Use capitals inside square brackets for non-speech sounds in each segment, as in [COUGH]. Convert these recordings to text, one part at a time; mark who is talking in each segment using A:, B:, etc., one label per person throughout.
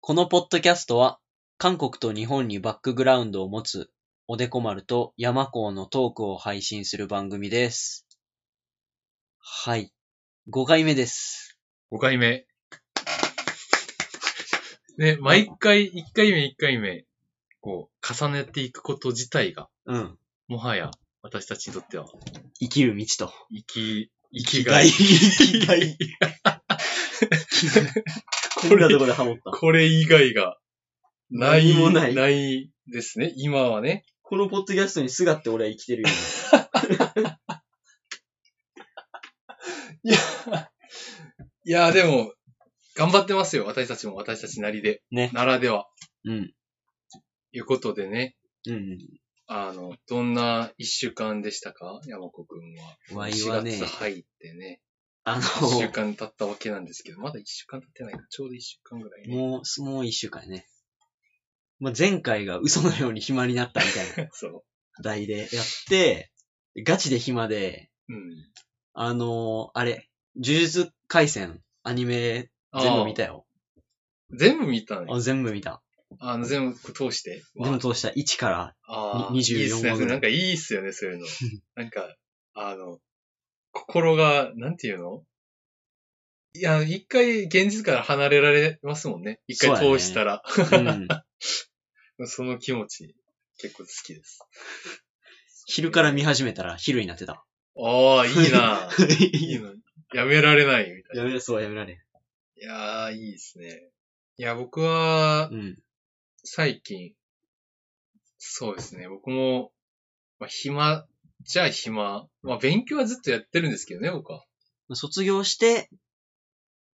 A: このポッドキャストは、韓国と日本にバックグラウンドを持つ、おでこ丸と山高のトークを配信する番組です。はい。5回目です。
B: 5回目。ね、毎回、1回目1回目、こう、重ねていくこと自体が、
A: うん。
B: もはや、私たちにとっては、
A: 生きる道と。
B: 生き、生
A: 生
B: きがい。
A: きがい。こんなとこでハモった。
B: これ以外が、ない、
A: 何もない
B: ないですね。今はね。
A: このポッドキャストにすがって俺は生きてるよね。
B: いや、いや、でも、頑張ってますよ。私たちも、私たちなりで。
A: ね
B: ならでは。
A: うん。
B: いうことでね。
A: うん。
B: あの、どんな一週間でしたか山子くんは。
A: ワイは
B: 4
A: ね
B: 月、入ってね、
A: あ
B: 1週
A: の、
B: 間経ったわけなんですけど、まだ1週間経ってないなちょうど1週間ぐらいね。
A: もうす、もう一週間やね。まあ、前回が嘘のように暇になったみたいな
B: そ
A: 題でやって、ガチで暇で、
B: う。うん。
A: あのーあれ、呪術回戦、アニメ全部見た
B: よ。
A: よ。
B: 全部見たね
A: あ。全部見た。
B: あの、全部通して。
A: でも通した1から、
B: ああ、
A: に
B: いいっす
A: 24話ぐらい
B: ね。なんかいいっすよね、そう
A: [LAUGHS]
B: いうの。なんか、あの、心が、なんていうのいや、一回現実から離れられますもんね。一回
A: そうやね
B: 通したら。
A: [LAUGHS] うん、
B: その気持ち、結構好きです。
A: [LAUGHS] 昼から見始めたら昼になって [LAUGHS] た。
B: ああ、いい
A: [LAUGHS]
B: ないい
A: や
B: なやめられない、みたいな。
A: めらそう、やめられん。
B: いやー、いいですね。いや、僕は
A: う、ん。
B: 最近、そうですね、僕も、まあ、暇、じゃあ暇。まあ、勉強はずっとやってるんですけどね、僕は。
A: 卒業して、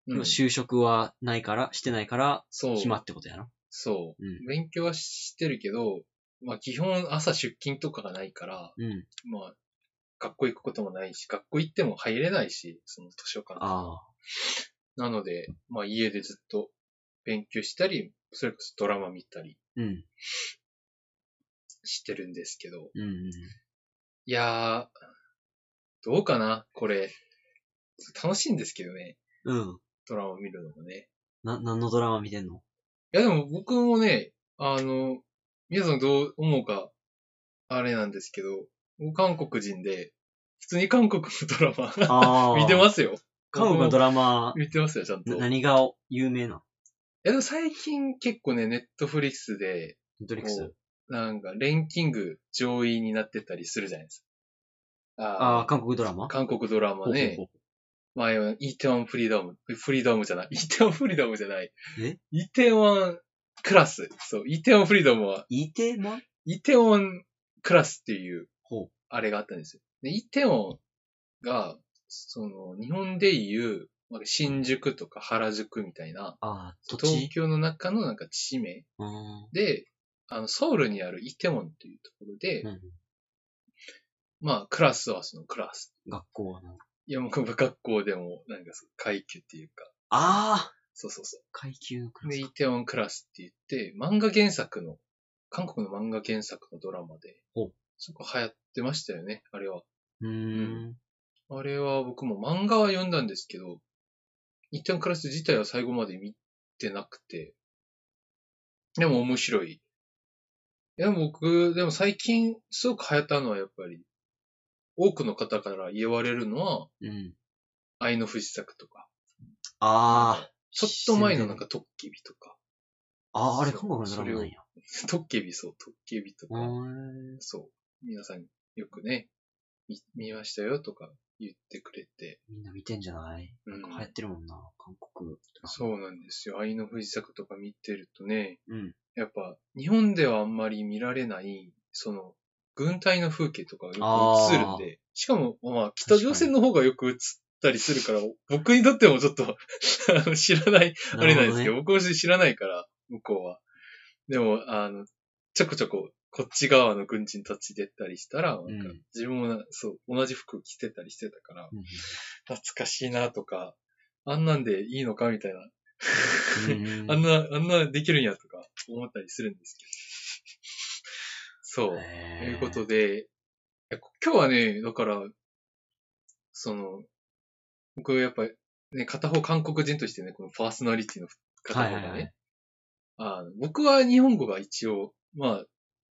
B: うん、
A: 就職はないから、してないから、
B: そう。
A: 暇ってことやな。
B: そうう。勉強はしてるけど、まあ、基本朝出勤とかがないから、
A: ん。うん。
B: まあ、学校行くこともないし、学校行っても入れないし、その図書館とか
A: ああ。
B: なので、まあ、家でずっと勉強したり、それこそドラマ見たり
A: うん。
B: してるんですけど、
A: うんうん。
B: いやー、どうかなこれ。楽しいんですけどね。
A: うん。
B: ドラマ見るのもね。
A: な、何のドラマ見てんの
B: いやでも僕もね、あの、皆さんどう思うか、あれなんですけど、僕韓国人で、普通に韓国のドラマ、
A: あ。
B: 見てま
A: [LAUGHS]
B: すすよ。
A: 韓国のドラマ、
B: 見てますよ、ちゃんと。
A: ない
B: や
A: 何が有名なの
B: でも最近結構ね、ネットフリックスで、
A: ネットリックス
B: こ。うなんか、レンキング上位になってたりするじゃないです
A: あ
B: か。
A: あ、
B: あ
A: 韓国ドラマ
B: ー、韓国ドラマ
A: ほ
B: ね
A: うほうほ。
B: 前は、イテワンフリーダム、フリーダムじゃない、 [LAUGHS] イテワンフリーダムじゃない。
A: え
B: イテワンクラス。そう、イテワンフリーダムは、
A: うイテマン
B: イテワンクラスっていう
A: ほう、
B: あれがあったんですよ。で、イテワンが、その、日本でいう、まあ新宿とか原宿みたいな、
A: ああ、土
B: 東
A: 地
B: 京の中のなんか地名
A: うん。
B: で、あの、ソウルにあるイテウォンというところで、
A: うん
B: まあ、クラスはそのクラス。
A: 学校はな。
B: いや、もう学校でも、なんかそう、階級っていうか、
A: ああ
B: そうそうそう。
A: 階級のクラ
B: で、
A: ス
B: イ
A: か。
B: テオンクラスって言って、漫画原作の、韓国の漫画原作のドラマで
A: ほう、
B: そこ流行ってましたよね、あれは。
A: うーん。
B: あれは僕も漫画は読んだんですけど、イテオンクラス自体は最後まで見てなくて、でも面白い。でも僕、でも最近すごく流行ったのはやっぱり、多くの方から言われるのは、
A: うん。
B: 愛の不時作とか、
A: ああ。
B: ちょっと前のなんかトッケビとか、
A: ああ、あれ韓国のドラマなんや。
B: トッケビそう、トッケビと
A: うー
B: か、
A: ん
B: そう、皆さんよくね、見見ましたよとか言ってくれて、
A: みんな見てんじゃない
B: うん
A: 流行ってるもんな、韓国。
B: そうなんですよ。愛の不時着とか見てるとね、
A: うん。
B: やっぱ日本ではあんまり見られない、その、軍隊の風景とかがよく映るんで、しかも、まあ、北朝鮮の方がよく映ったりするから、僕にとってもちょっとあの知らない、 [LAUGHS] あれなんですけど、
A: る
B: 僕も知らないから、向こうは。でも、あの、ちょこちょこ、こっち側の軍人たち出たりしたら、なんか
A: うん
B: 自分もな、そう、同じ服着てたりしてたから、
A: ほどね
B: 懐かしいなとか、あんなんでいいのかみたいな。
A: うん。
B: [LAUGHS] あ
A: うんん
B: な、あんなできるんやとか思ったりするんですけど。そう。と
A: へー
B: いうことで、いやこ今日はね、だから、その、僕やっぱ、ね、片方韓国人としてね、このパーソナリティの片方が
A: は
B: ね、
A: いはいはい
B: あの僕は日本語が一応、まあ、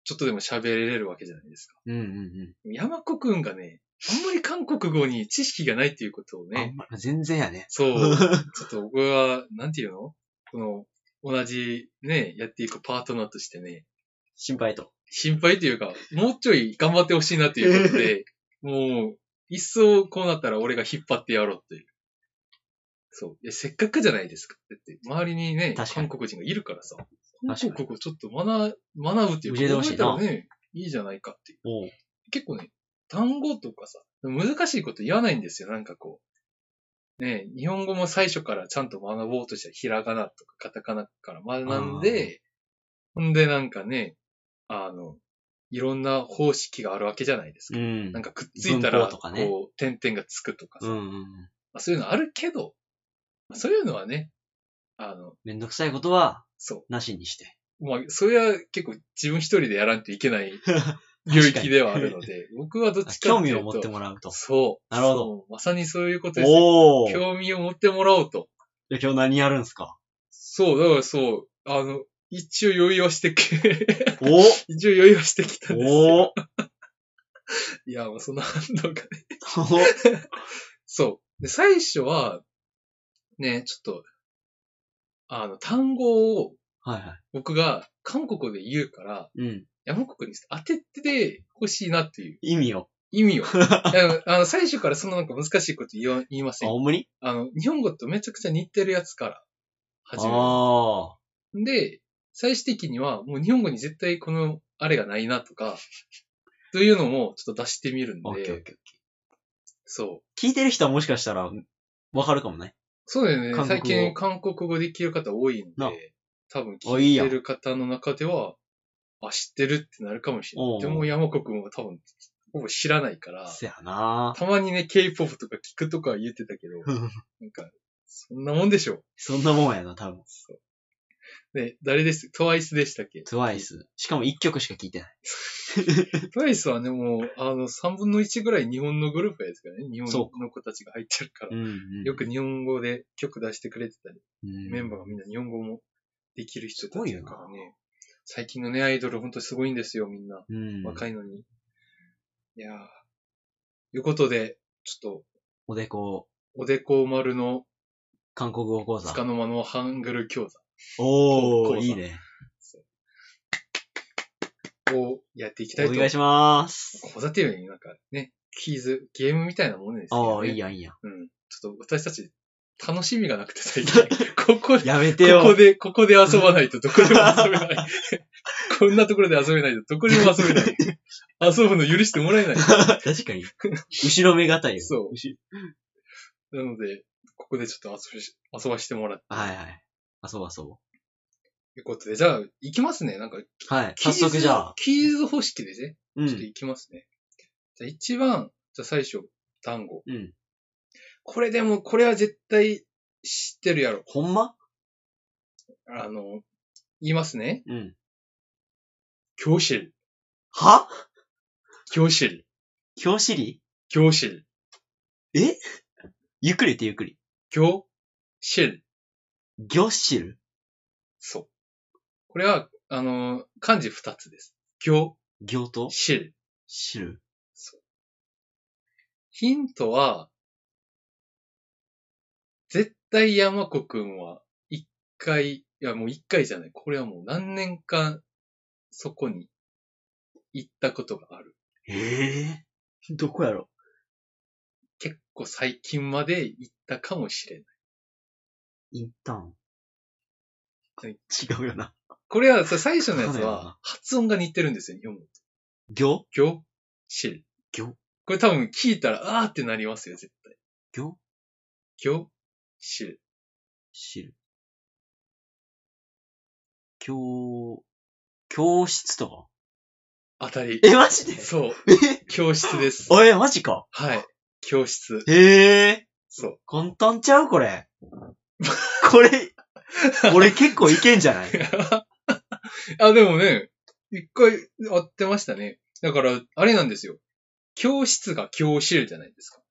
B: ちょっとでも喋れるわけじゃないですか。
A: うんうんう
B: 山子くんがね、あんまり韓国語に知識がないっていうことを
A: ん。あ
B: ね
A: ん、ま全然やね。
B: そう、
A: [LAUGHS]
B: ちょっと僕は、なんていうのこの、同じね、やっていくパートナーとしてね、
A: 心配と。
B: 心配というか、もうちょい頑張ってほしいなということで、もう、一層こうなったら俺が引っ張ってやろうっていう。そう。いや、せっかくじゃないですか。だって、周りにね、
A: 確かに
B: 韓国人がいるからさ、
A: かに
B: 韓国語ちょっと学学ぶっていう
A: 教えてほしいな
B: 覚えたらね、いいじゃないかっていう。
A: おう。
B: 結構ね、単語とかさ、難しいこと言わないんですよ、なんかこう。ねえ日本語も最初からちゃんと学ぼうとしたらひらがなとかカタカナから学んで、ほんでなんかね、あの、いろんな方式があるわけじゃないです
A: う
B: か。
A: ん
B: なん。かくっついたら、
A: 文法とかね
B: こう、点々がつくとかさ、
A: うんう
B: ま
A: んうん。
B: あ、そういうのあるけど、まあそういうのはね、あの、
A: めんどくさいことは、
B: そ
A: なしにして。
B: う。まあ、それは結構自分一人でやらんとい
A: [LAUGHS]
B: けない領域ではあるので、僕はどっちか
A: 興
B: ってい
A: 味
B: うと。
A: を持ってもらうと。
B: そう。
A: なるほど
B: ど。まさにそういうことですね。
A: おお。じゃ
B: 興味を持ってもらおうと。
A: あ今日何やるんすか
B: そう、だからそう、あの、一応余裕はしてけ、
A: お
B: [LAUGHS] 一応余裕はしてきたんです
A: お
B: よ。
A: お
B: いや、もうその反応がね。そう。で、最初は、ね、ちょっと、あの、単語を
A: はいは
B: 僕が韓国で言うから、
A: い。うん。
B: 山国に当ててほしいなっていう
A: 意味を。[LAUGHS]
B: 意味を。あのあの、最初からそんななんか難しいこと言わ言いま
A: あ、
B: せん。
A: ほんまに
B: あの、日本語とめちゃくちゃ似てるやつから始める。
A: あ
B: で、最終的には、もう日本語に絶対この、あれがないなとか、というのもちょっと出してみるん
A: あー。オッケーオッ
B: で、
A: ケー。
B: そう。
A: 聞いてる人はもしかしたら、わかるかもね。
B: そうだよね。
A: 韓国
B: 最
A: 語
B: 近韓国語できる方多いん
A: な
B: で、多分
A: あ
B: 聞
A: いい
B: い
A: やん
B: てる方の中では、あ、知ってるってなるかもしれ
A: おうお
B: な
A: う
B: い。でも山国も多分、ほぼ知らないから、
A: せやな
B: たまにね、K-POP とか聞くとかは言ってたけど、なんか、そんなもんでしょ。
A: そんなもんやな、多分。
B: そうで、誰ですトワイスでしたっけ
A: TWICE。しかも一曲しか聞いてない。
B: トワイスはね、もう、あの、3分の1ぐらい日本のグループやですからね。日本
A: そ
B: の子たちが入ってるから。
A: ん、
B: よく、日本語で曲出してくれてたり、
A: うん
B: メンバーがみんな日本語もできる人
A: す
B: た
A: ごい
B: ち
A: よ
B: だ
A: な
B: からね。最近のね、アイドルほんとすごいんですよ、みんな。
A: うん。
B: 若いのに。いやー。いうことで、ちょっと、
A: おでこ、
B: おでこ丸の
A: 韓国語講
B: つ
A: 座。
B: かの間のハングル教
A: お
B: 講
A: ー、
B: 座
A: いいね。
B: 座をやっていきたい
A: お
B: と。
A: 願いします。
B: 講座っていうよりなんかね、クイズ、ゲームみたいなものですよね。
A: ああ、いいやん、いいやん。
B: うん。ちょっと私たち、楽しみがなくて最近。 [LAUGHS] ここで、
A: やめてよ。
B: ここで、ここで遊ばないとどこでも遊べない。 [LAUGHS] こんなところで遊べないとどこでも遊
A: [LAUGHS]
B: べない。遊ぶの許してもらえない。
A: 確かに。後ろめがたいよ。
B: そう
A: 後
B: なので、ここでちょっと遊びし遊ばしてもらって。
A: はいはい。遊ぼう遊ぼ
B: ということで、じゃあ、行きますね。なんか、
A: う。はい。
B: キ
A: 早
B: ーズ
A: 速じゃあ。
B: キーズ方式でね、
A: う
B: ちょっと
A: ん。
B: 行きますね。じゃあ、一番、じゃあ最初、単語。
A: うん。
B: これでも、これは絶対知ってるやろ。
A: ほんま
B: あの、言いますね。
A: うん。
B: 教師、
A: は
B: 教師、
A: 教師理
B: 教師。
A: ゆっくり言ってゆっくり。
B: 教、シェル。
A: 教師る
B: そう。これは、あのー、漢字二つです。教、
A: 教と
B: シェル。
A: 知る。
B: ヒントは、絶対山子くんは、一回、いやもう一回じゃない。これはもう何年間、そこに、行ったことがある。
A: ええどこやろ
B: 結構最近まで行ったかもしれない。
A: インターン
B: はい。
A: 違うよな。
B: これはさ、最初のや
A: そ
B: つ
A: うだよな
B: は、発音が似てるんですよ、日本語と。
A: 行
B: 教、シェル。
A: 行
B: これ多分聞いたら、あーってなりますよ、絶対。
A: 行
B: 教、シェル。
A: 知る。教、教室とか
B: 当たり。
A: え、マジで
B: そう。
A: え
B: 教室です。
A: あえ、マジか。
B: はい。教室。
A: ええ
B: そう。
A: 簡単ちゃうこれ。 [LAUGHS] これ、俺結構いけんじゃない [LAUGHS]
B: あ、でもね、一回会ってましたね。だから、あれなんですよ。教室が教師じゃないですか。っ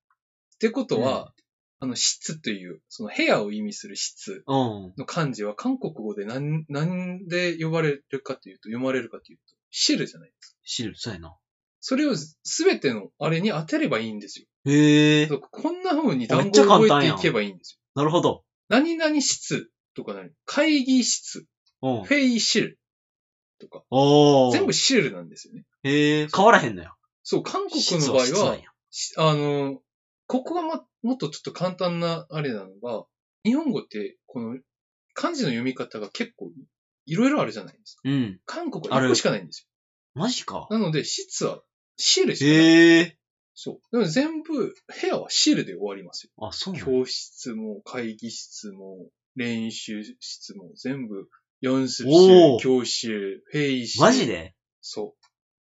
B: てことは、あの、室という、その部屋を意味する室
A: うん。
B: の漢字は韓国語でなん、なんで呼ばれるかというと、読まれるかというと、シルじゃないですか。
A: 知る、そうやな。
B: それをすべてのあれに当てればいいんですよ。
A: へえ
B: そ。うこんな風に
A: め
B: 単
A: っち
B: 語
A: ゃ簡単
B: を覚え
A: や
B: て
A: ん
B: いけばいいんです
A: なるほど。
B: よ。何々室とか何会議室、
A: うん。
B: フェイシルとか、
A: おー。
B: 全部シルなんですよね。
A: へえ。変わらへんのよ。
B: そう、韓国
A: 質
B: の場
A: 質
B: 合
A: な
B: は
A: ん、や
B: しあの、ここがももっとちょっと簡単なあれなのが、日本語って、この漢字の読み方が結構いろいろあるじゃないですか。
A: うん。
B: 韓国は1個しかないんです
A: マジか。
B: よ。なので、室はシールしかない。
A: へえ。
B: そう。なので全部、部屋はシールで終わりますよ。
A: あ、そうなんや
B: 教室も会議室も練習室も全部、四ス
A: おー
B: 教習、兵医師。
A: マジで
B: そ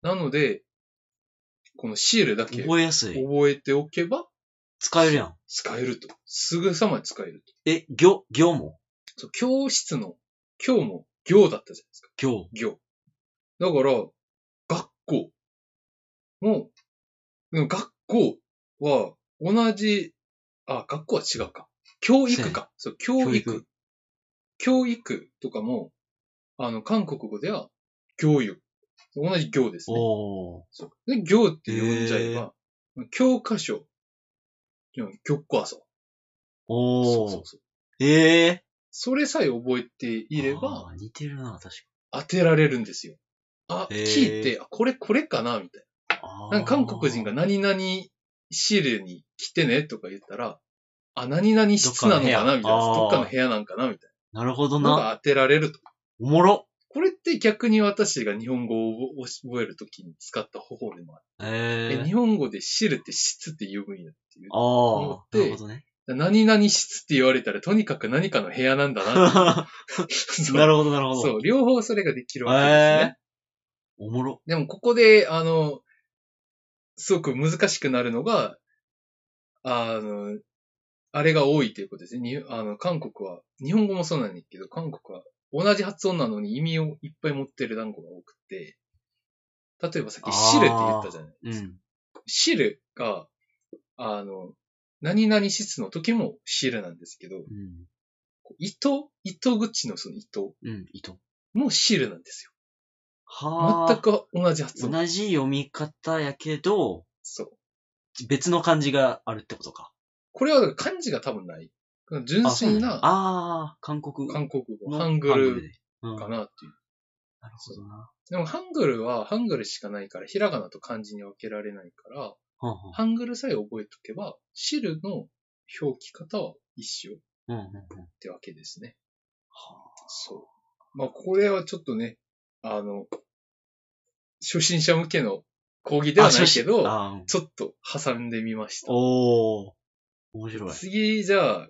B: う。なので、このシールだけ覚
A: 覚えやすい。
B: えておけば
A: 使えるやん。
B: 使えると。すぐさま使えると。
A: え、行、行も
B: そう、教室の、今日も行だったじゃないですか。
A: 行。
B: 行。だから、学校も、でも学校は同じ、あ、学校は違うか。教育か。そう、教
A: 教
B: 育
A: 育。
B: 教育とかも、あの、韓国語では、教育。同じ行ですね。
A: おー。
B: そうで、行って呼んじゃえば、教科書、うん教科書。そ
A: お
B: う
A: ー。
B: そうそう。
A: ええ
B: それさえ覚えていれば、
A: あー似てるな、確か
B: 当てられるんですよ。あ、
A: へー
B: 聞いて、あこれこれかなみたい
A: に。
B: な。なんか韓国人が何々シールに来てねとか言ったら、あ、何々室なのかなみたい
A: どっ
B: な。どっか
A: か
B: の
A: の
B: 部屋なんかなみたい
A: あー。なるほど
B: な。の
A: な。
B: が当てられると。
A: おもろ。
B: これって逆に私が日本語を覚えるときに使った方法でもある。
A: え
B: え
A: え
B: 日本語でシールって質って呼ぶんやっていう。思
A: あ
B: っ
A: あ。
B: て
A: なるほどね。
B: 何々室って言われたらとにかく何かの部屋なんだなって
A: な
B: そう
A: る [LAUGHS] ほど、なるほど。
B: そう、両方それができるわけですね
A: え。えおもろ。
B: でもここで、あの、すごく難しくなるのが、あの、あれが多いということですね。にあの、韓国は、日本語もそうなんですけど、韓国は同じ発音なのに意味をいっぱい持ってる単語が多くて、例えばさっきシルって言ったじゃない。
A: うん。
B: シルが、あの、何々質の時もシルなんですけど、
A: うん。
B: 糸、糸口のその糸
A: うん、糸。
B: もシルなんですよ。
A: は
B: 全
A: あ。
B: く同じ発音。
A: 同じ読み方やけど、
B: そう。
A: 別の漢字があるってことか。
B: これは漢字が多分ない。純
A: あ、そう
B: 粋
A: なんや
B: な
A: あー、韓国
B: 韓国語、
A: の
B: ハングル
A: でうん。
B: か
A: なる
B: なっていう。
A: ほどな。
B: でもハングルはハングルしかないから、ひらがなと漢字に分けられないから、
A: はんはん
B: ハングルさえ覚えとけば、シルの表記方は一緒っ
A: うんうんうん。
B: てわけですね。
A: はあ
B: そう。まあ、これはちょっとね、あの、初心者向けの講義ではないけど、
A: あーうん
B: ちょっと挟んでみました。
A: おー。面白い。
B: 次、じゃあ、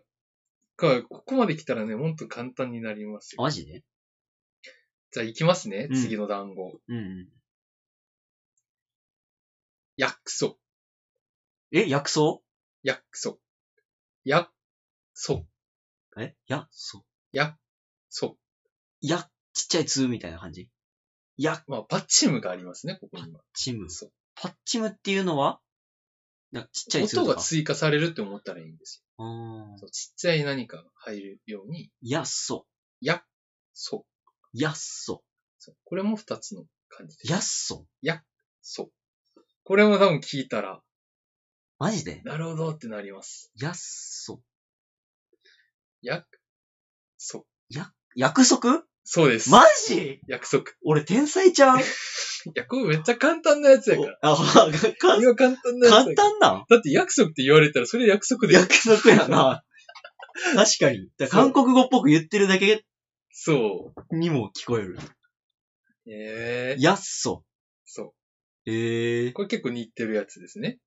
B: かここまで来たらね、もっと簡単になりますよ。
A: マジで
B: じゃあ行きますね。
A: うん
B: 次の団子。
A: うんうん。
B: 薬草、
A: え、薬草
B: 薬草。薬草、
A: えや、そう。
B: 草。
A: や、ちっちゃい通みたいな感じや、
B: まあ、パッチムがありますね、ここには。
A: チム。
B: そう
A: パッチムっていうのはなちっちゃい通
B: 音
A: と
B: が
A: か。
B: 追加されるって思ったらいいんです
A: うーん
B: よ。そうちっちゃい何かが入るように、
A: やっそ。
B: 薬草。
A: やっそ。
B: そうこれも二つの漢字です。
A: やっそ。
B: そう。これも多分聞いたら、
A: マジで
B: なるほどってなります。
A: やっそ。
B: 薬草。
A: 約束
B: そうです。
A: マジ
B: 約束。
A: 俺天才ちゃう
B: いや、これめっちゃ簡単なやつやから。
A: あ、か
B: これは簡単なやつ
A: 簡
B: やから。
A: 単なん
B: だって約束って言われたらそれ約束で。
A: 約束や
B: [LAUGHS]
A: な。確かに。だから韓国語っぽく言ってるだけ
B: そう。
A: にも聞こえる。
B: ええ
A: やっそ。
B: そう。
A: えー、
B: これ結構似てるやつですね。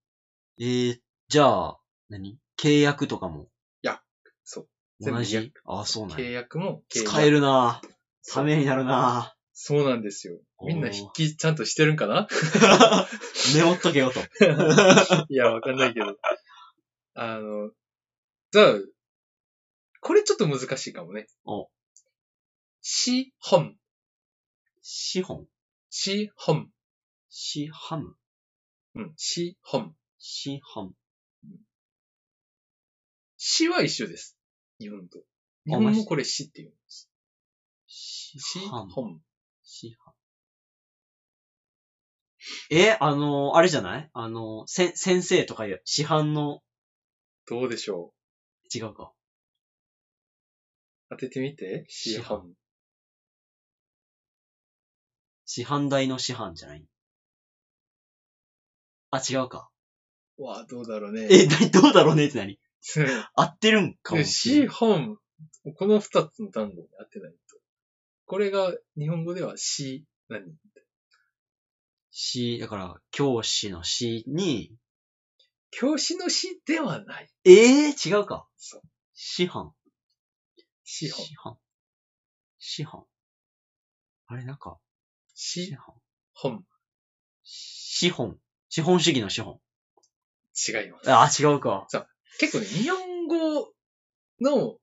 A: えー、じゃあ、何契約とかも。
B: や、そう。
A: 同
B: 全部
A: じあ、そうなんや
B: 契約も契約。
A: 使えるなぁ。
B: そ
A: た
B: う
A: めになるな
B: そうなんですよ。みんな筆記ちゃんとしてるんかな [LAUGHS]
A: ぁ。メモっとけよと。
B: いや、わかんないけど。あの、じゃあ、これちょっと難しいかもね。
A: お
B: し、ほん。
A: 資本。
B: し、ほん。
A: 資ハム。
B: うん。し、ほん。
A: 資ハム。
B: 詩は一緒です。日本と。日
A: あ
B: 本
A: マジ
B: もこれ詩って言うんです。
A: 市
B: 詩、
A: 販。
B: 本。
A: 市販。え、あのーあれじゃないあのーせ、先生とかいう、市販の、
B: どうでしょ
A: 違うか。
B: う当ててみて。詩
A: 師
B: 範
A: 範。市販台の市販じゃないあ、違うか。
B: わあ、どうだろうね。 [LAUGHS]
A: え、なに、どうだろうねって何合ってるんかも
B: で、
A: しれな
B: シー
A: い。
B: ホン、この二つの単語に合ってないと。これが、日本語ではし、何
A: し、だから、教師のしに、
B: 教師のしではない。
A: ええ違うか。
B: そう
A: 市販。
B: シーホン。
A: 販。市販。あれ、なんか、
B: シー
A: 販。
B: ホン。
A: 資本。資本主義の資本。
B: 違います。
A: あ、違うか。
B: 結構ね、日本語の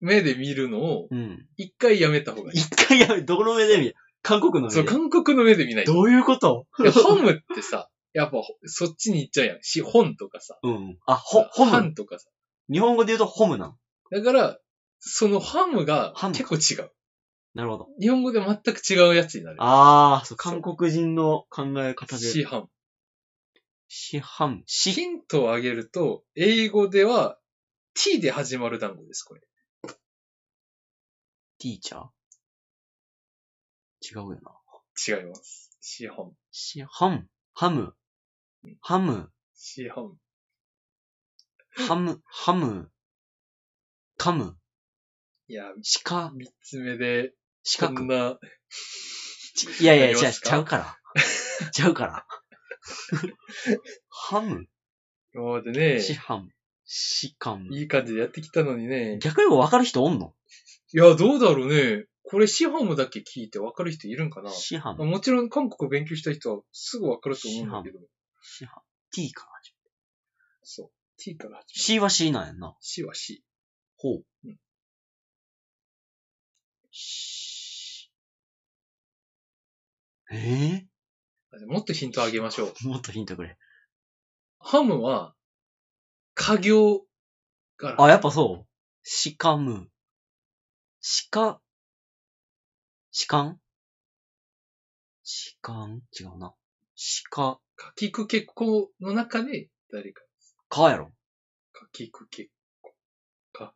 B: 目で見るのを、
A: うん。
B: 一回やめた方がいい。
A: 一回やめ、どこの目で見る韓国の目
B: そう、
A: で。
B: 韓国の目で見ないと。
A: どういうこと
B: でホムってさ、やっぱ、そっちに行っちゃうやん。し、ホンとかさ。
A: うん。あ、ほ、ホ
B: ハ
A: ム。
B: ンとかさ。
A: 日本語で言うとホムなん。
B: だから、そのハムが
A: ハム
B: 結構違う。
A: なるほど。
B: 日本語で全く違うやつになる。
A: あー、そう、韓国人の考え方で。
B: シーハン。
A: 市販。市。
B: ヒントをあげると、英語では t で始まる単語です、これ。
A: ティーチャー違うよな。
B: 違います。シーハン。
A: 市販。ハム。ハム。
B: シーハン。
A: ハム。ハム。カム。
B: いや、
A: 鹿。
B: 三つ目で、
A: 四
B: こ
A: 角
B: ん。な、
A: いやいや、
B: あり
A: 違
B: ま
A: う、
B: す
A: ち
B: か
A: ゃう
B: [LAUGHS]
A: から。ちゃうから。ハム
B: 今までね、
A: シハムシカム。
B: いい感じでやってきたのにね。
A: 逆にも分かる人おんの
B: いや、どうだろうね。これシーハムだけ聞いてわかる人いるんかな
A: シハム。
B: もちろん韓国を勉強した人はすぐわかると思うんだけど。
A: シハム。t かな。
B: そう。t から始まる。
A: c は c なんやんな。
B: c は c。
A: ほう
B: うん。
A: しえ
B: もっとヒントあげましょう。
A: ぇもっとヒントくれ。
B: ハムは、家業から。
A: あ、やっぱそうシカム。シカ、シカンシカン違うな。シカ、
B: かきくけっこの中で、誰か、
A: かやろ。
B: かきくけっこ。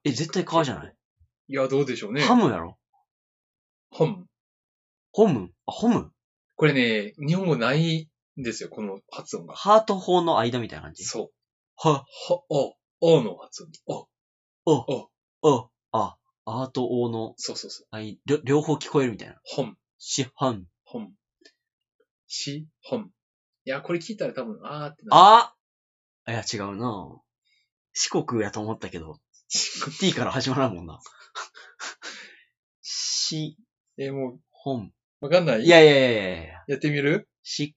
A: え、絶対かじゃない、
B: いや、どうでしょうね。
A: ハムやろ
B: ハム。
A: ホムあ、ホム
B: これね、日本語ないんですよ、この発音が。
A: ハート法の間みたいな感じ。
B: そう。
A: は、
B: は、お、おの発音。お、
A: あ、あ、アート王の、
B: そうそうそう。
A: あい、りょ両方聞こえるみたいな。
B: ホン、
A: シハン。
B: ホン。し、ホン。いや、これ聞いたら多分、あーってなる。
A: あいや、違うな四国やと思ったけど、T から始まらんもんな。 [LAUGHS] シ、
B: [LAUGHS] えー、も
A: ホン。
B: う、わかんない
A: いやいやいやいやいや
B: やってみる
A: し、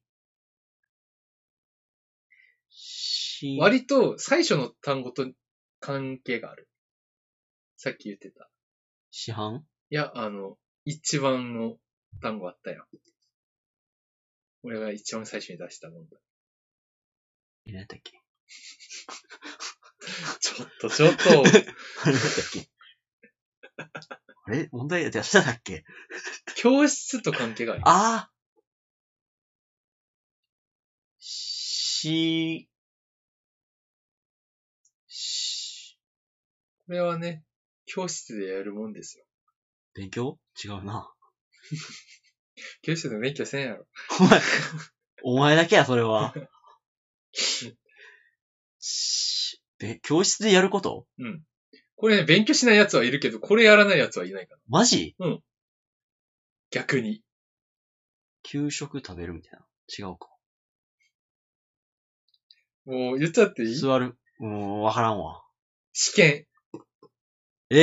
A: し、
B: 割と、最初の単語と関係がある。さっき言ってた。
A: 市販
B: いや、あの、一番の単語あったよ。俺が一番最初に出したもんだ。
A: え、何だっけ
B: [LAUGHS] ちょっと、ちょっと、
A: 何だっけあれ問題出しただっけ
B: [LAUGHS] 教室と関係がある。
A: ああし、し、
B: これはね、教室でやるもんですよ。
A: 勉強違うな。
B: 教室で勉強せんやろ。
A: お前、お前だけや、それ
B: [LAUGHS]
A: は。し、べ、教室でやること
B: これね、勉強しない奴はいるけど、これやらない奴はいないから。
A: マジ
B: 逆に。
A: 給食食べるみたいな。違うか。
B: もう、言っちゃっていい
A: 座る。もう、わからんわ。
B: 試験、
A: え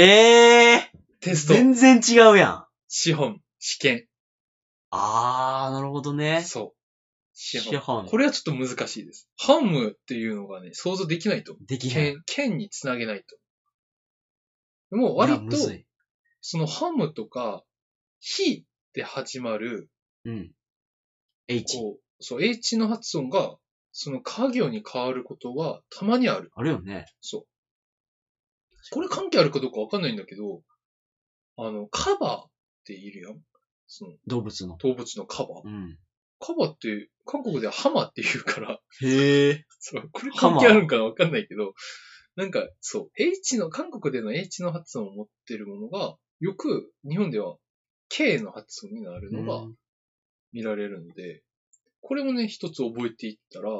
A: えー、
B: テスト、
A: 全然違うやん。
B: 資本、試験。
A: あー、なるほどね。
B: そう。資
A: シ
B: 本。
A: ハン
B: こ。れはちょっと難しいです。ハムっていうのがね、想像できないと。
A: できへん。
B: 剣、剣につなげないと。もう
A: いや
B: 割
A: む
B: と、
A: ずい。
B: そのハムとか、ヒで始まる、
A: うん。H。
B: こう、そう、H の発音が、その家業に変わることはたまにある。
A: あるよね。
B: そう。これ関係あるかどうかわかんないんだけど、あの、カバーっているやん。その、
A: 動物の。
B: 動物のカバ
A: う
B: ー。
A: ん。
B: カバーって、韓国ではハマって言うから、
A: へえ。
B: そう、これ関係あるんかわかんないけど、なんか、そう、H の、韓国での H の発音を持ってるものが、よく日本では K の発音になるのが見られるので、これもね、一つ覚えていったら、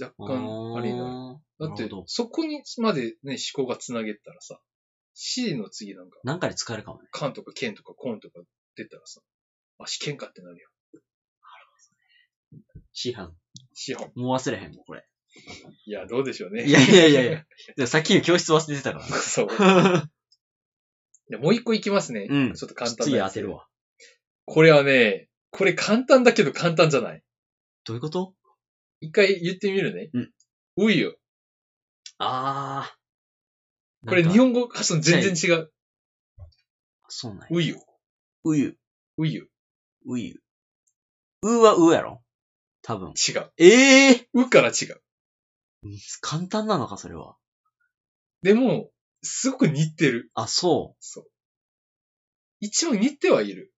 B: 若干ありになる。
A: な。
B: だっ
A: な
B: て
A: るほど、
B: そこにまでね、思考がつなげたらさ、C の次なんか、
A: なんかで使えるかもね。
B: カンとかケンとかコンとか出たらさ、あ、試験かってなるよ。
A: 市販。
B: 資本。
A: もう忘れへんもん、これ。
B: いや、どうでしょうね。
A: いやいやいやいや。でもさっきの教室忘れてたか
B: [LAUGHS] そう。
A: [LAUGHS] ら。
B: でもう一個いきますね。
A: うん
B: ちょっと簡単
A: 次
B: なや
A: 当
B: つ
A: てるわ。
B: これはね、これ簡単だけど簡単じゃない。
A: どういうこと
B: 一回言ってみるね。
A: うん。
B: ういよ。
A: あー。
B: これ
A: なんか
B: 日本語発音全然違う。
A: そうなんや。
B: ういよ。
A: うゆ、
B: ういよ。
A: うゆ。うはうやろ多分。
B: 違う。
A: ええ
B: うから違う。
A: 簡単なのか、それは。
B: でも、すごく似てる。
A: あ、そ
B: そう。一応似てはいる。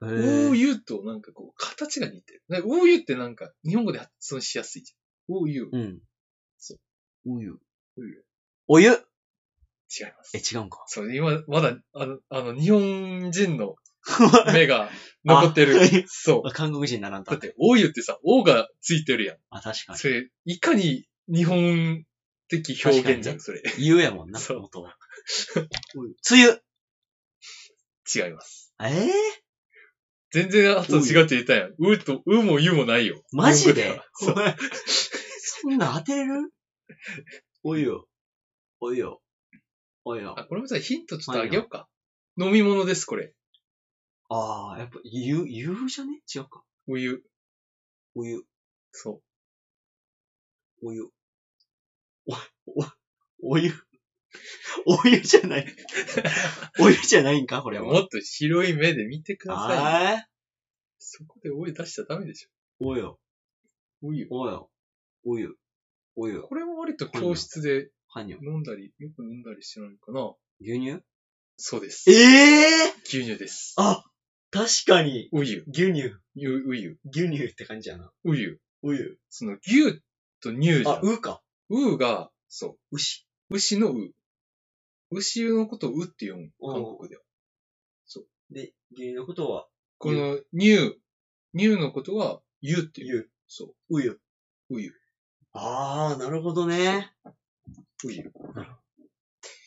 A: う。
B: ウ
A: え
B: ー
A: ー、
B: ユーとなんかこう、形が似てる。ねウーユーってなんか、日本語で発音しやすいじゃん。ウーユー。
A: うん。。
B: そう
A: うゆ。
B: うゆ。
A: お湯
B: 違います
A: え、。違うんか。
B: そう、今、まだ、あの、あの、日本
A: [LAUGHS]
B: 人の目が残ってる
A: あ [LAUGHS] はい。
B: そう。
A: 韓国人ならん
B: だ
A: た
B: っ。て、オーユーってさ、オーがついてるやん。
A: あ、確かに。
B: それ、いかに日本的表
A: 確
B: 現じ
A: か
B: ゃ
A: に
B: ん、
A: ね
B: それ。
A: 湯やもんな、
B: そう
A: 元 [LAUGHS] は。つゆ。
B: 違います。
A: ええー、
B: 全然あと違うって言ったやん。ウーと、ウーもユーもないよ。
A: マジ
B: 日本
A: で
B: 語はそ
A: お
B: う。
A: 前そんな当てれる [LAUGHS] お湯よ。お湯よ。お湯よ。
B: あ、これもさ、ヒントちょっとあげようか。飲み物です、これ。
A: ああ、やっぱ、湯、湯じゃね違うか。
B: ウーユー。
A: お湯、
B: そう。
A: お湯。お、お、お湯。 [LAUGHS] お湯じゃない。 [LAUGHS] お湯じゃないんかこ
B: い
A: れ
B: や
A: は。
B: もっと広い目で見てくださいよ。
A: ああ、
B: そこでオイル出しちゃダメでしょ。
A: およ、
B: オイル。
A: およ、お湯、お湯、
B: これも割と教室で
A: はにょ、
B: 飲んだり、よく飲んだりしてないかな。
A: 牛乳
B: そうです。
A: ええ
B: 牛乳です。
A: あ、確かに、
B: ウユ。
A: 牛乳、
B: ウウユ。
A: 牛乳って感じやな。
B: ウユ。
A: お湯。
B: その、牛と乳じゃ
A: あ、
B: ん。
A: うか。
B: ウが、そ
A: 牛。
B: う。牛のウ。牛のことをウって読む。
A: うん
B: 韓国では。
A: で、牛のことは、
B: この、乳。乳のことは、ユっていう。
A: 湯、
B: そう
A: ゆ。
B: う。ウユ。
A: ああ、なるほどね。
B: ウユ。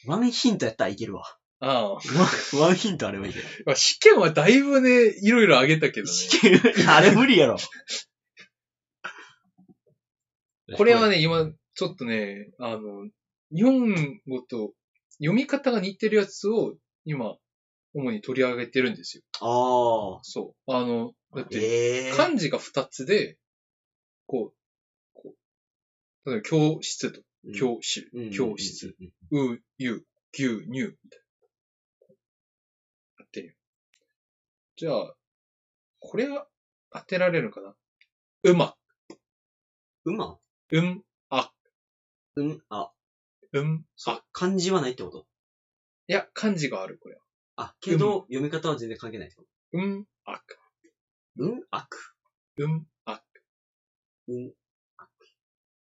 A: ワンヒントやったらいけるわ。
B: あ
A: ワン、ワンヒントあればいける。
B: あ。試験はだいぶね、いろいろあげたけどね。
A: いやあれ無理やろ。
B: これはね、今、ちょっとね、あの、日本語と読み方が似てるやつを今、主に取り上げてるんですよ。
A: あ
B: そう。あの、だっ
A: あ。
B: て、
A: ええー。
B: 漢字が二つで、こう、こう、例えば、教室と、教師、
A: うん
B: 教室、。
A: うん
B: う、ゆ、ぎゅ、にゅ、みたいな。やってるよ。じゃあ、これは当てられるかなうま、
A: 馬
B: うん、
A: うん、あ、
B: うん、あ、
A: 漢字はないってこと
B: いや、漢字がある、これは。
A: あ、けど、読み方は全然関係ないってこ
B: うん、あ、
A: とうん、悪。
B: うん、あ、
A: うん。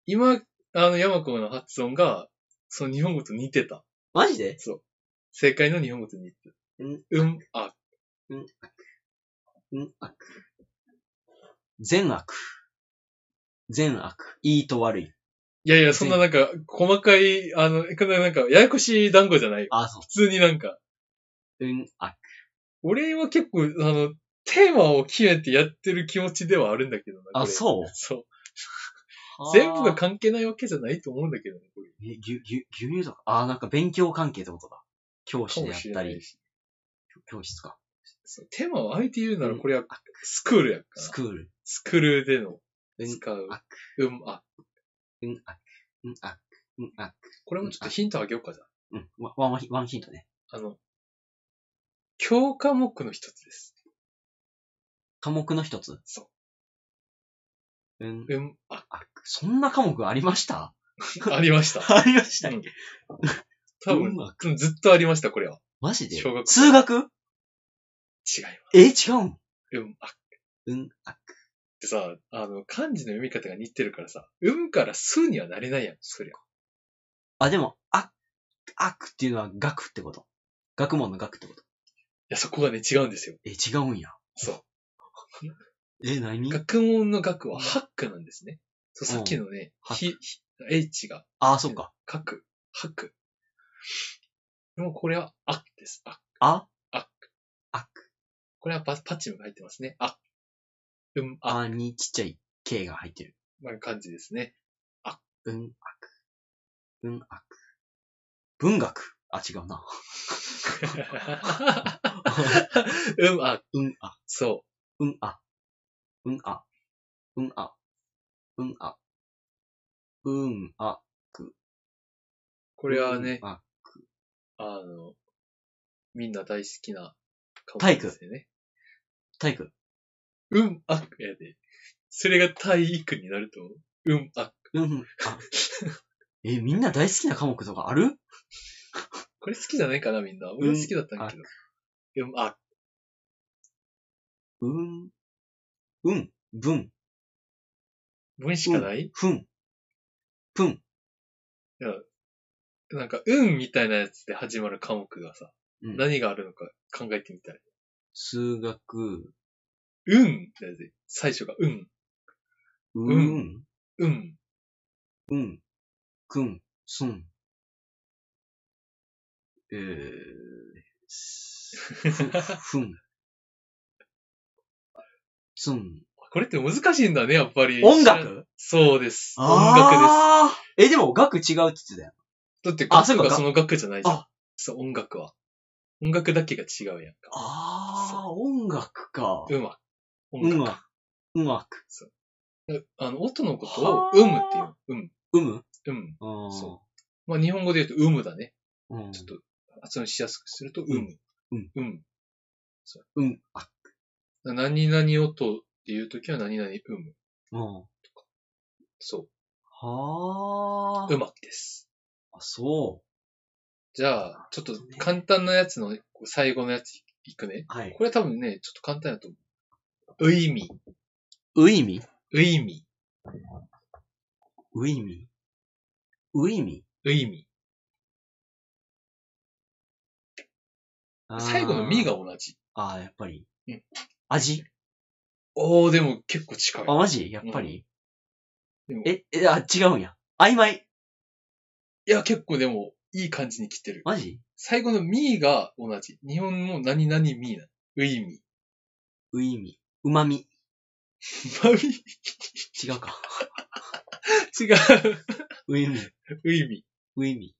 B: 今、あの、山子の発音が、その日本語と似てた。
A: マジで
B: 正解の日本語と似てた。
A: うん、
B: うん、あ、
A: うん、悪。うん、悪。善悪。善悪。いいと悪い。
B: いやいや、そんななんか、細かい、あの、なんか、ややこしい団子じゃないよ。
A: あ、そ
B: 普通になんか、
A: う。うん、悪。
B: 俺は結構、あの、テーマを決めてやってる気持ちではあるんだけどな。
A: あ、
B: う
A: そう
B: そう。全部が関係ないわけじゃないと思うんだけどね、これ。
A: え、牛、牛、牛乳とか、ああ、なんか勉強関係ってことだ。教師
B: か
A: で
B: も
A: あっ
B: しれ
A: た
B: ない
A: り、
B: し。
A: 教室か。
B: そうテーマをあえて言うなら、
A: うん
B: これは、スクールやから。
A: スクール。
B: スクールでの、
A: うん、
B: 使う
A: あ。
B: うん、あ。
A: うん、あ、うん、あ、うん、あ、
B: これもちょっとヒントあげようか、じゃあ
A: うん、ワワンワンワンヒントね。
B: あの、教科目の一つです。
A: 科目の一つ。。
B: そう
A: うん、
B: うん、あ、
A: あ、そんな科目ありました [LAUGHS]
B: ありました。
A: ありました
B: うん多
A: う
B: 分
A: ま、
B: ずっとありました、これは。
A: マジで
B: 小学校
A: 数学
B: 違いま
A: え、違うん
B: す。うん、あっ
A: うん、あ、
B: てさ、あの、漢字の読み方が似てるからさ、うんからすにはなれないやん、そりゃ。
A: あ、でも、あ、悪っていうのは学ってこと。学問の学ってこと。
B: いや、そこがね、違うんですよ。
A: え、違うんや。
B: そ
A: え、何
B: う。学問の学はハックなんですね。そう、
A: うん
B: さっきのね、
A: ハッ
B: ひ、ひ H が、
A: あ、そっか。
B: 書く、吐く。でもこれは、あです。あ
A: あ
B: あ
A: あ
B: これはパパッチムが入ってますね。あうん、あ、
A: あにちっちゃい K が入ってる。
B: まあ、感じですね。 [LAUGHS]
A: うん、あく。うん、あく。文学。あ、違う
B: [LAUGHS]
A: な。
B: うん、あ、
A: うん、あ、
B: そ
A: うん、あ。うん、あ。うん、あ。うん、あ。うん、あ。
B: う。これはね、
A: あ、
B: あの、みんな大好きな、
A: 体育
B: ですね。
A: 体育。
B: うん、あ、やで。それが体育になると、うん、あ、
A: うん、あ。え、みんな大好きな科目とかある
B: これ好きじゃないかな、みんな。俺は好きだったんだけど。うん、あ、
A: うん。うん、文、
B: 文しかない、
A: ふん。ぷん。
B: なんか、うんみたいなやつで始まる科目がさ、
A: うん
B: 何があるのか考えてみたい。
A: 数学、
B: うんだぜ。最初が、うん、
A: うんん、 [LAUGHS]
B: うん、
A: うん、くん、すん。えー、ふ、ふん。つん。
B: これって難しいんだね、やっぱり。
A: 音
B: 知らん
A: 楽
B: そうです。音楽
A: です。え、でも楽違うって言ってたよ。
B: です。だって
A: あそう
B: 楽
A: か
B: がその楽じゃないじゃん
A: あ。
B: そう、音楽は。音楽だけが違うやんか。
A: あー、音楽か。
B: うんは。音
A: うん
B: 楽。
A: わ。うまく。
B: あの、音のこと
A: は
B: を、
A: ー
B: うむっていう。うん、
A: うむ
B: うん。
A: そ
B: そまあ、日本語で言うと、うむだね。
A: う。うん。
B: ちょっと、発音しやすくすると、うむ。
A: うん。
B: うん。
A: うん。あ、
B: 何々音っていうときは、何々う
A: う
B: む。
A: ん。
B: そ
A: は
B: う。
A: ー
B: うまくです。
A: あ。そ
B: じゃあ、ちょっと簡単なやつの最後のやついくね。
A: う。はい。
B: これ多分ね、ちょっと簡単だと思う。ういみ、
A: ういみ
B: ういみ、
A: ういみういみ
B: ういみ。最後のみ。が
A: あー
B: 同じ。
A: あー、やっぱり
B: うん。
A: 味
B: おー、でも結構近い。
A: あ、マジやっぱり
B: でも
A: え、え、あ、違うんや。曖昧。
B: いや、結構でも、いい感じに来てる。
A: マジ
B: 最後のみが同じ。日本も何々みな。ういみ。
A: ういみうまみ。
B: まみ、違
A: 違うか。
B: う。
A: ういみ
B: ういみ、
A: ういみ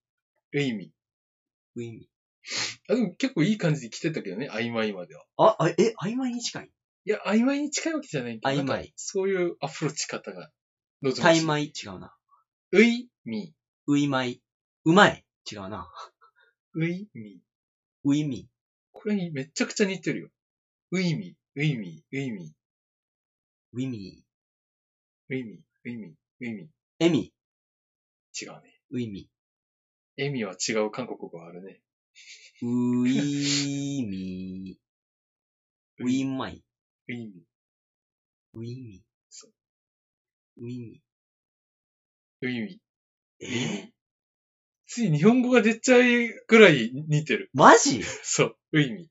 B: ういみ。
A: ういみ
B: あ、でも結構いい感じに来てたけどね、曖昧までは。
A: あ、あ、え、曖昧に近い。
B: いや、曖昧に近いわけじゃないけど。
A: 曖昧
B: なんかそういうアプローチ方が望ましい。
A: 対昧違うな。
B: ういみ、
A: ういまい。うまい。違うな。
B: ういみ。
A: ういみ。
B: これにめちゃくちゃ似てるよ。ういみ、ういみ、ういみ、
A: ういみ。
B: ういみ、ういみ、ういみ。
A: えみ。
B: 違うね。
A: ういみ。
B: えみは違う韓国語があるね。
A: ういみ。ういまい。
B: ういみ、
A: ういみ。。
B: そう
A: ういみ。
B: ういみ。
A: え
B: つい日本語が出ちゃうぐらい似てる。
A: マジ
B: そう、ういみ。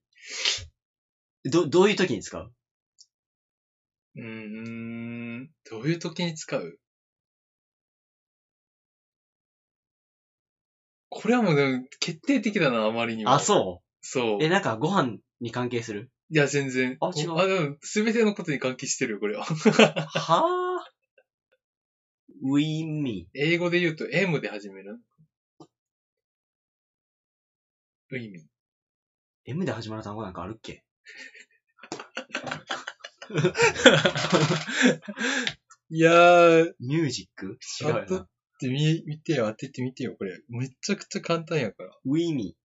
A: ど、どういう時に使う
B: うーん、どういう時に使うこれはもうね、決定的だな、あまりにも。。
A: あ、そう
B: そう
A: う。。え、なんかご飯に関係する
B: いや、全然。
A: あ違う
B: あ、でも、すべてのことに関係してるよ、これは。 [LAUGHS]
A: はぁ。ういみ。
B: 英語で言うと M で始めるういみ。
A: M で始まる単語なんかあるっけ
B: いやー、当
A: ミュージック違うよ
B: 当
A: な
B: たっ。てみ、見てよ、当ててみてよ、これ。めちゃくちゃ簡単やから。
A: ういみ。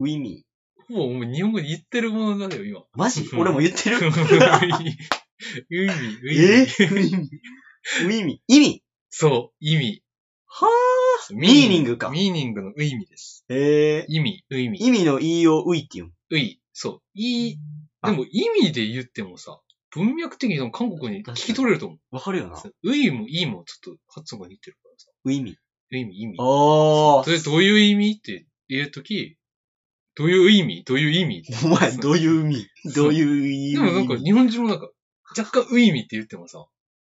A: ういみ。
B: ほぼもう日本語で言ってるものだよ、今。
A: マジ俺も言ってる
B: [LAUGHS] う
A: [LAUGHS]
B: [LAUGHS] いみ、ういみ。
A: えういみ。ういみ。意味
B: そう、意味。
A: はあミーニングか
B: ミーニングのう意味です。
A: へえ。
B: 意味、う意味。
A: 意味の言いをういって言うん。
B: うい、そう。いい、
A: あ
B: でも意味で言ってもさ、文脈的に多分韓国に聞き取れると思
A: わかるよな。
B: う。ういもいいもちょっと発音が似てるからさ。
A: う意味。
B: う意味、意味。
A: ああ
B: そ。れどういう意味って言うとき、どういう意味どういう意味
A: お前、どういう意味どういう意味
B: でもなんか日本人もなんか、若干う意味って言ってもさ、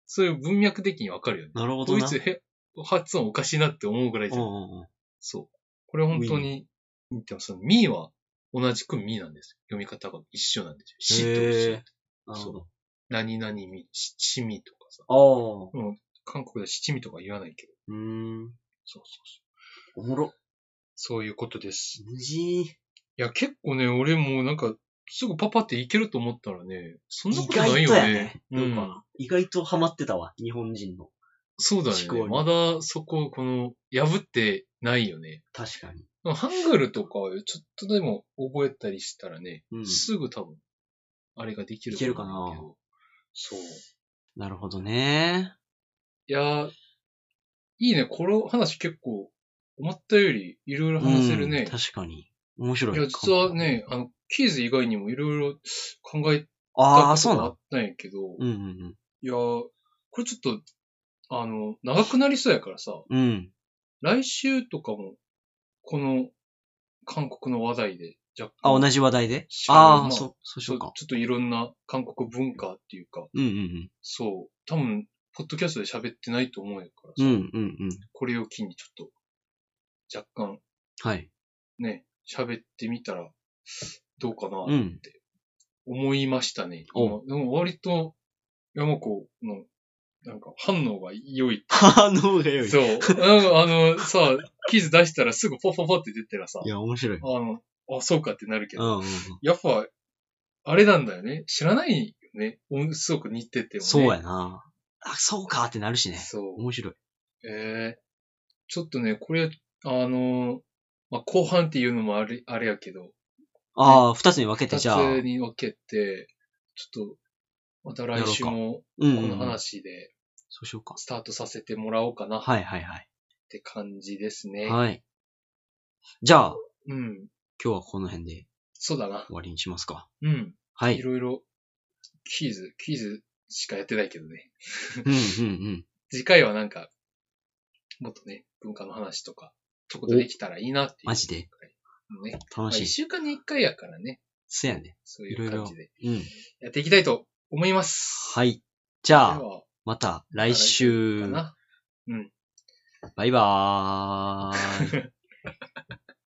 B: そういう文脈的にわかるよね。
A: なるほど
B: ドイ
A: な。
B: ツ、へ、発音おかしいなって思うぐらいじ
A: う
B: ゃ
A: ん
B: ん。
A: うんうん。
B: そう。これ本当に、見てもその、ミーは同じくミーなんですよ。読み方が一緒なんですよ。シと
A: へー
B: 一緒。
A: なるほど。
B: 何々ミ、し七味とかさ。
A: ああ。
B: 韓国では七味とか言わないけど。
A: うーん。
B: そうそうそう。
A: おもろ。
B: そういうことです。
A: 無事。
B: いや、結構ね、俺もうなんか、すぐパパっていけると思ったらね、そんなこ
A: 意
B: とない
A: 外
B: よ
A: とや
B: ね。
A: ね。
B: う
A: なん
B: ん
A: か、意外とハマってたわ、日本人の。
B: そうだね
A: 思考。に
B: まだそこ、この、破ってないよね。
A: 確かに。
B: ハングルとか、ちょっとでも覚えたりしたらね、
A: うん
B: すぐ多分、あれができると思うんだ
A: いけるか
B: ど。そう。
A: なるほどね。
B: いやーいいね。この話結構、思ったよりいろいろ話せる
A: うん
B: ね。
A: 確かに。面白い。
B: いや、実は。ね、あの、キーズ以外にもいろいろ考えた
A: ああ、
B: こ
A: そう
B: と
A: な
B: があ
A: の
B: ったんやけど、
A: うんうん
B: いやーこれちょっと、あの、長くなりそうやからさ、
A: うん。うん。
B: 来週とかも、この、韓国の話題で、若干。
A: あ、同じ話題で
B: しかも
A: あ
B: ま
A: あ、
B: あ
A: そう、そうし
B: ち
A: よ
B: ょ
A: うか。
B: ちょっといろんな韓国文化っていうか、
A: うんうん
B: そう、多分、ポッドキャストで喋ってないと思うやから
A: う
B: さ、
A: ん。うんうんうん。
B: これを機にちょっと、若干、
A: はい。
B: ね、喋ってみたら、どうかな
A: う、ん。 [LAUGHS]
B: 思いましたね。
A: お
B: 今でも割と、山子の、なんか、反応が良い。
A: 反応が良い。
B: そう。うんあの、さ、記事出したらすぐポッポッポッって出たらさ
A: い、や、面白い。
B: あの、あ、そうかってなるけ
A: うん
B: ど、
A: うんうん。
B: やっぱ、あれなんだよね。知らないよね。音すごく似ててもね。
A: そうやな。あ、そうかってなるしね。
B: そう。
A: 面白い。
B: ええちょっとね、これ、あの、まあ、後半っていうのもあれ、あれやけど、
A: ああ、二つに分けて、
B: 二つ
A: じゃあ。うん
B: に分けて、ちょっと、また来週も
A: う
B: こ
A: ん
B: の
A: うん。
B: 話で
A: そうしようか。
B: スタートさせてもらおうかなっ
A: はいはいはい。
B: て感じですね。
A: はい。じゃあ、
B: うん。
A: 今日はこの辺で
B: そうだな。
A: 終わりにしますか。
B: うん。
A: はいい。
B: ろいろ、キーズ、キーズしかやってないけどね。
A: うんうん
B: 次回はなんか、もっとね、文化の話とか、ちょこっとできたらいいなっていう。
A: マジで
B: はい。ね。
A: うん。
B: まあ、
A: 楽し
B: 一
A: い。
B: 週間に一回やからね。
A: せやね。
B: そういう感じで。
A: うん。
B: やっていきたいと思います。
A: はい。じゃあ
B: で、は、
A: また来
B: か
A: 週。
B: な。
A: バイバーイ。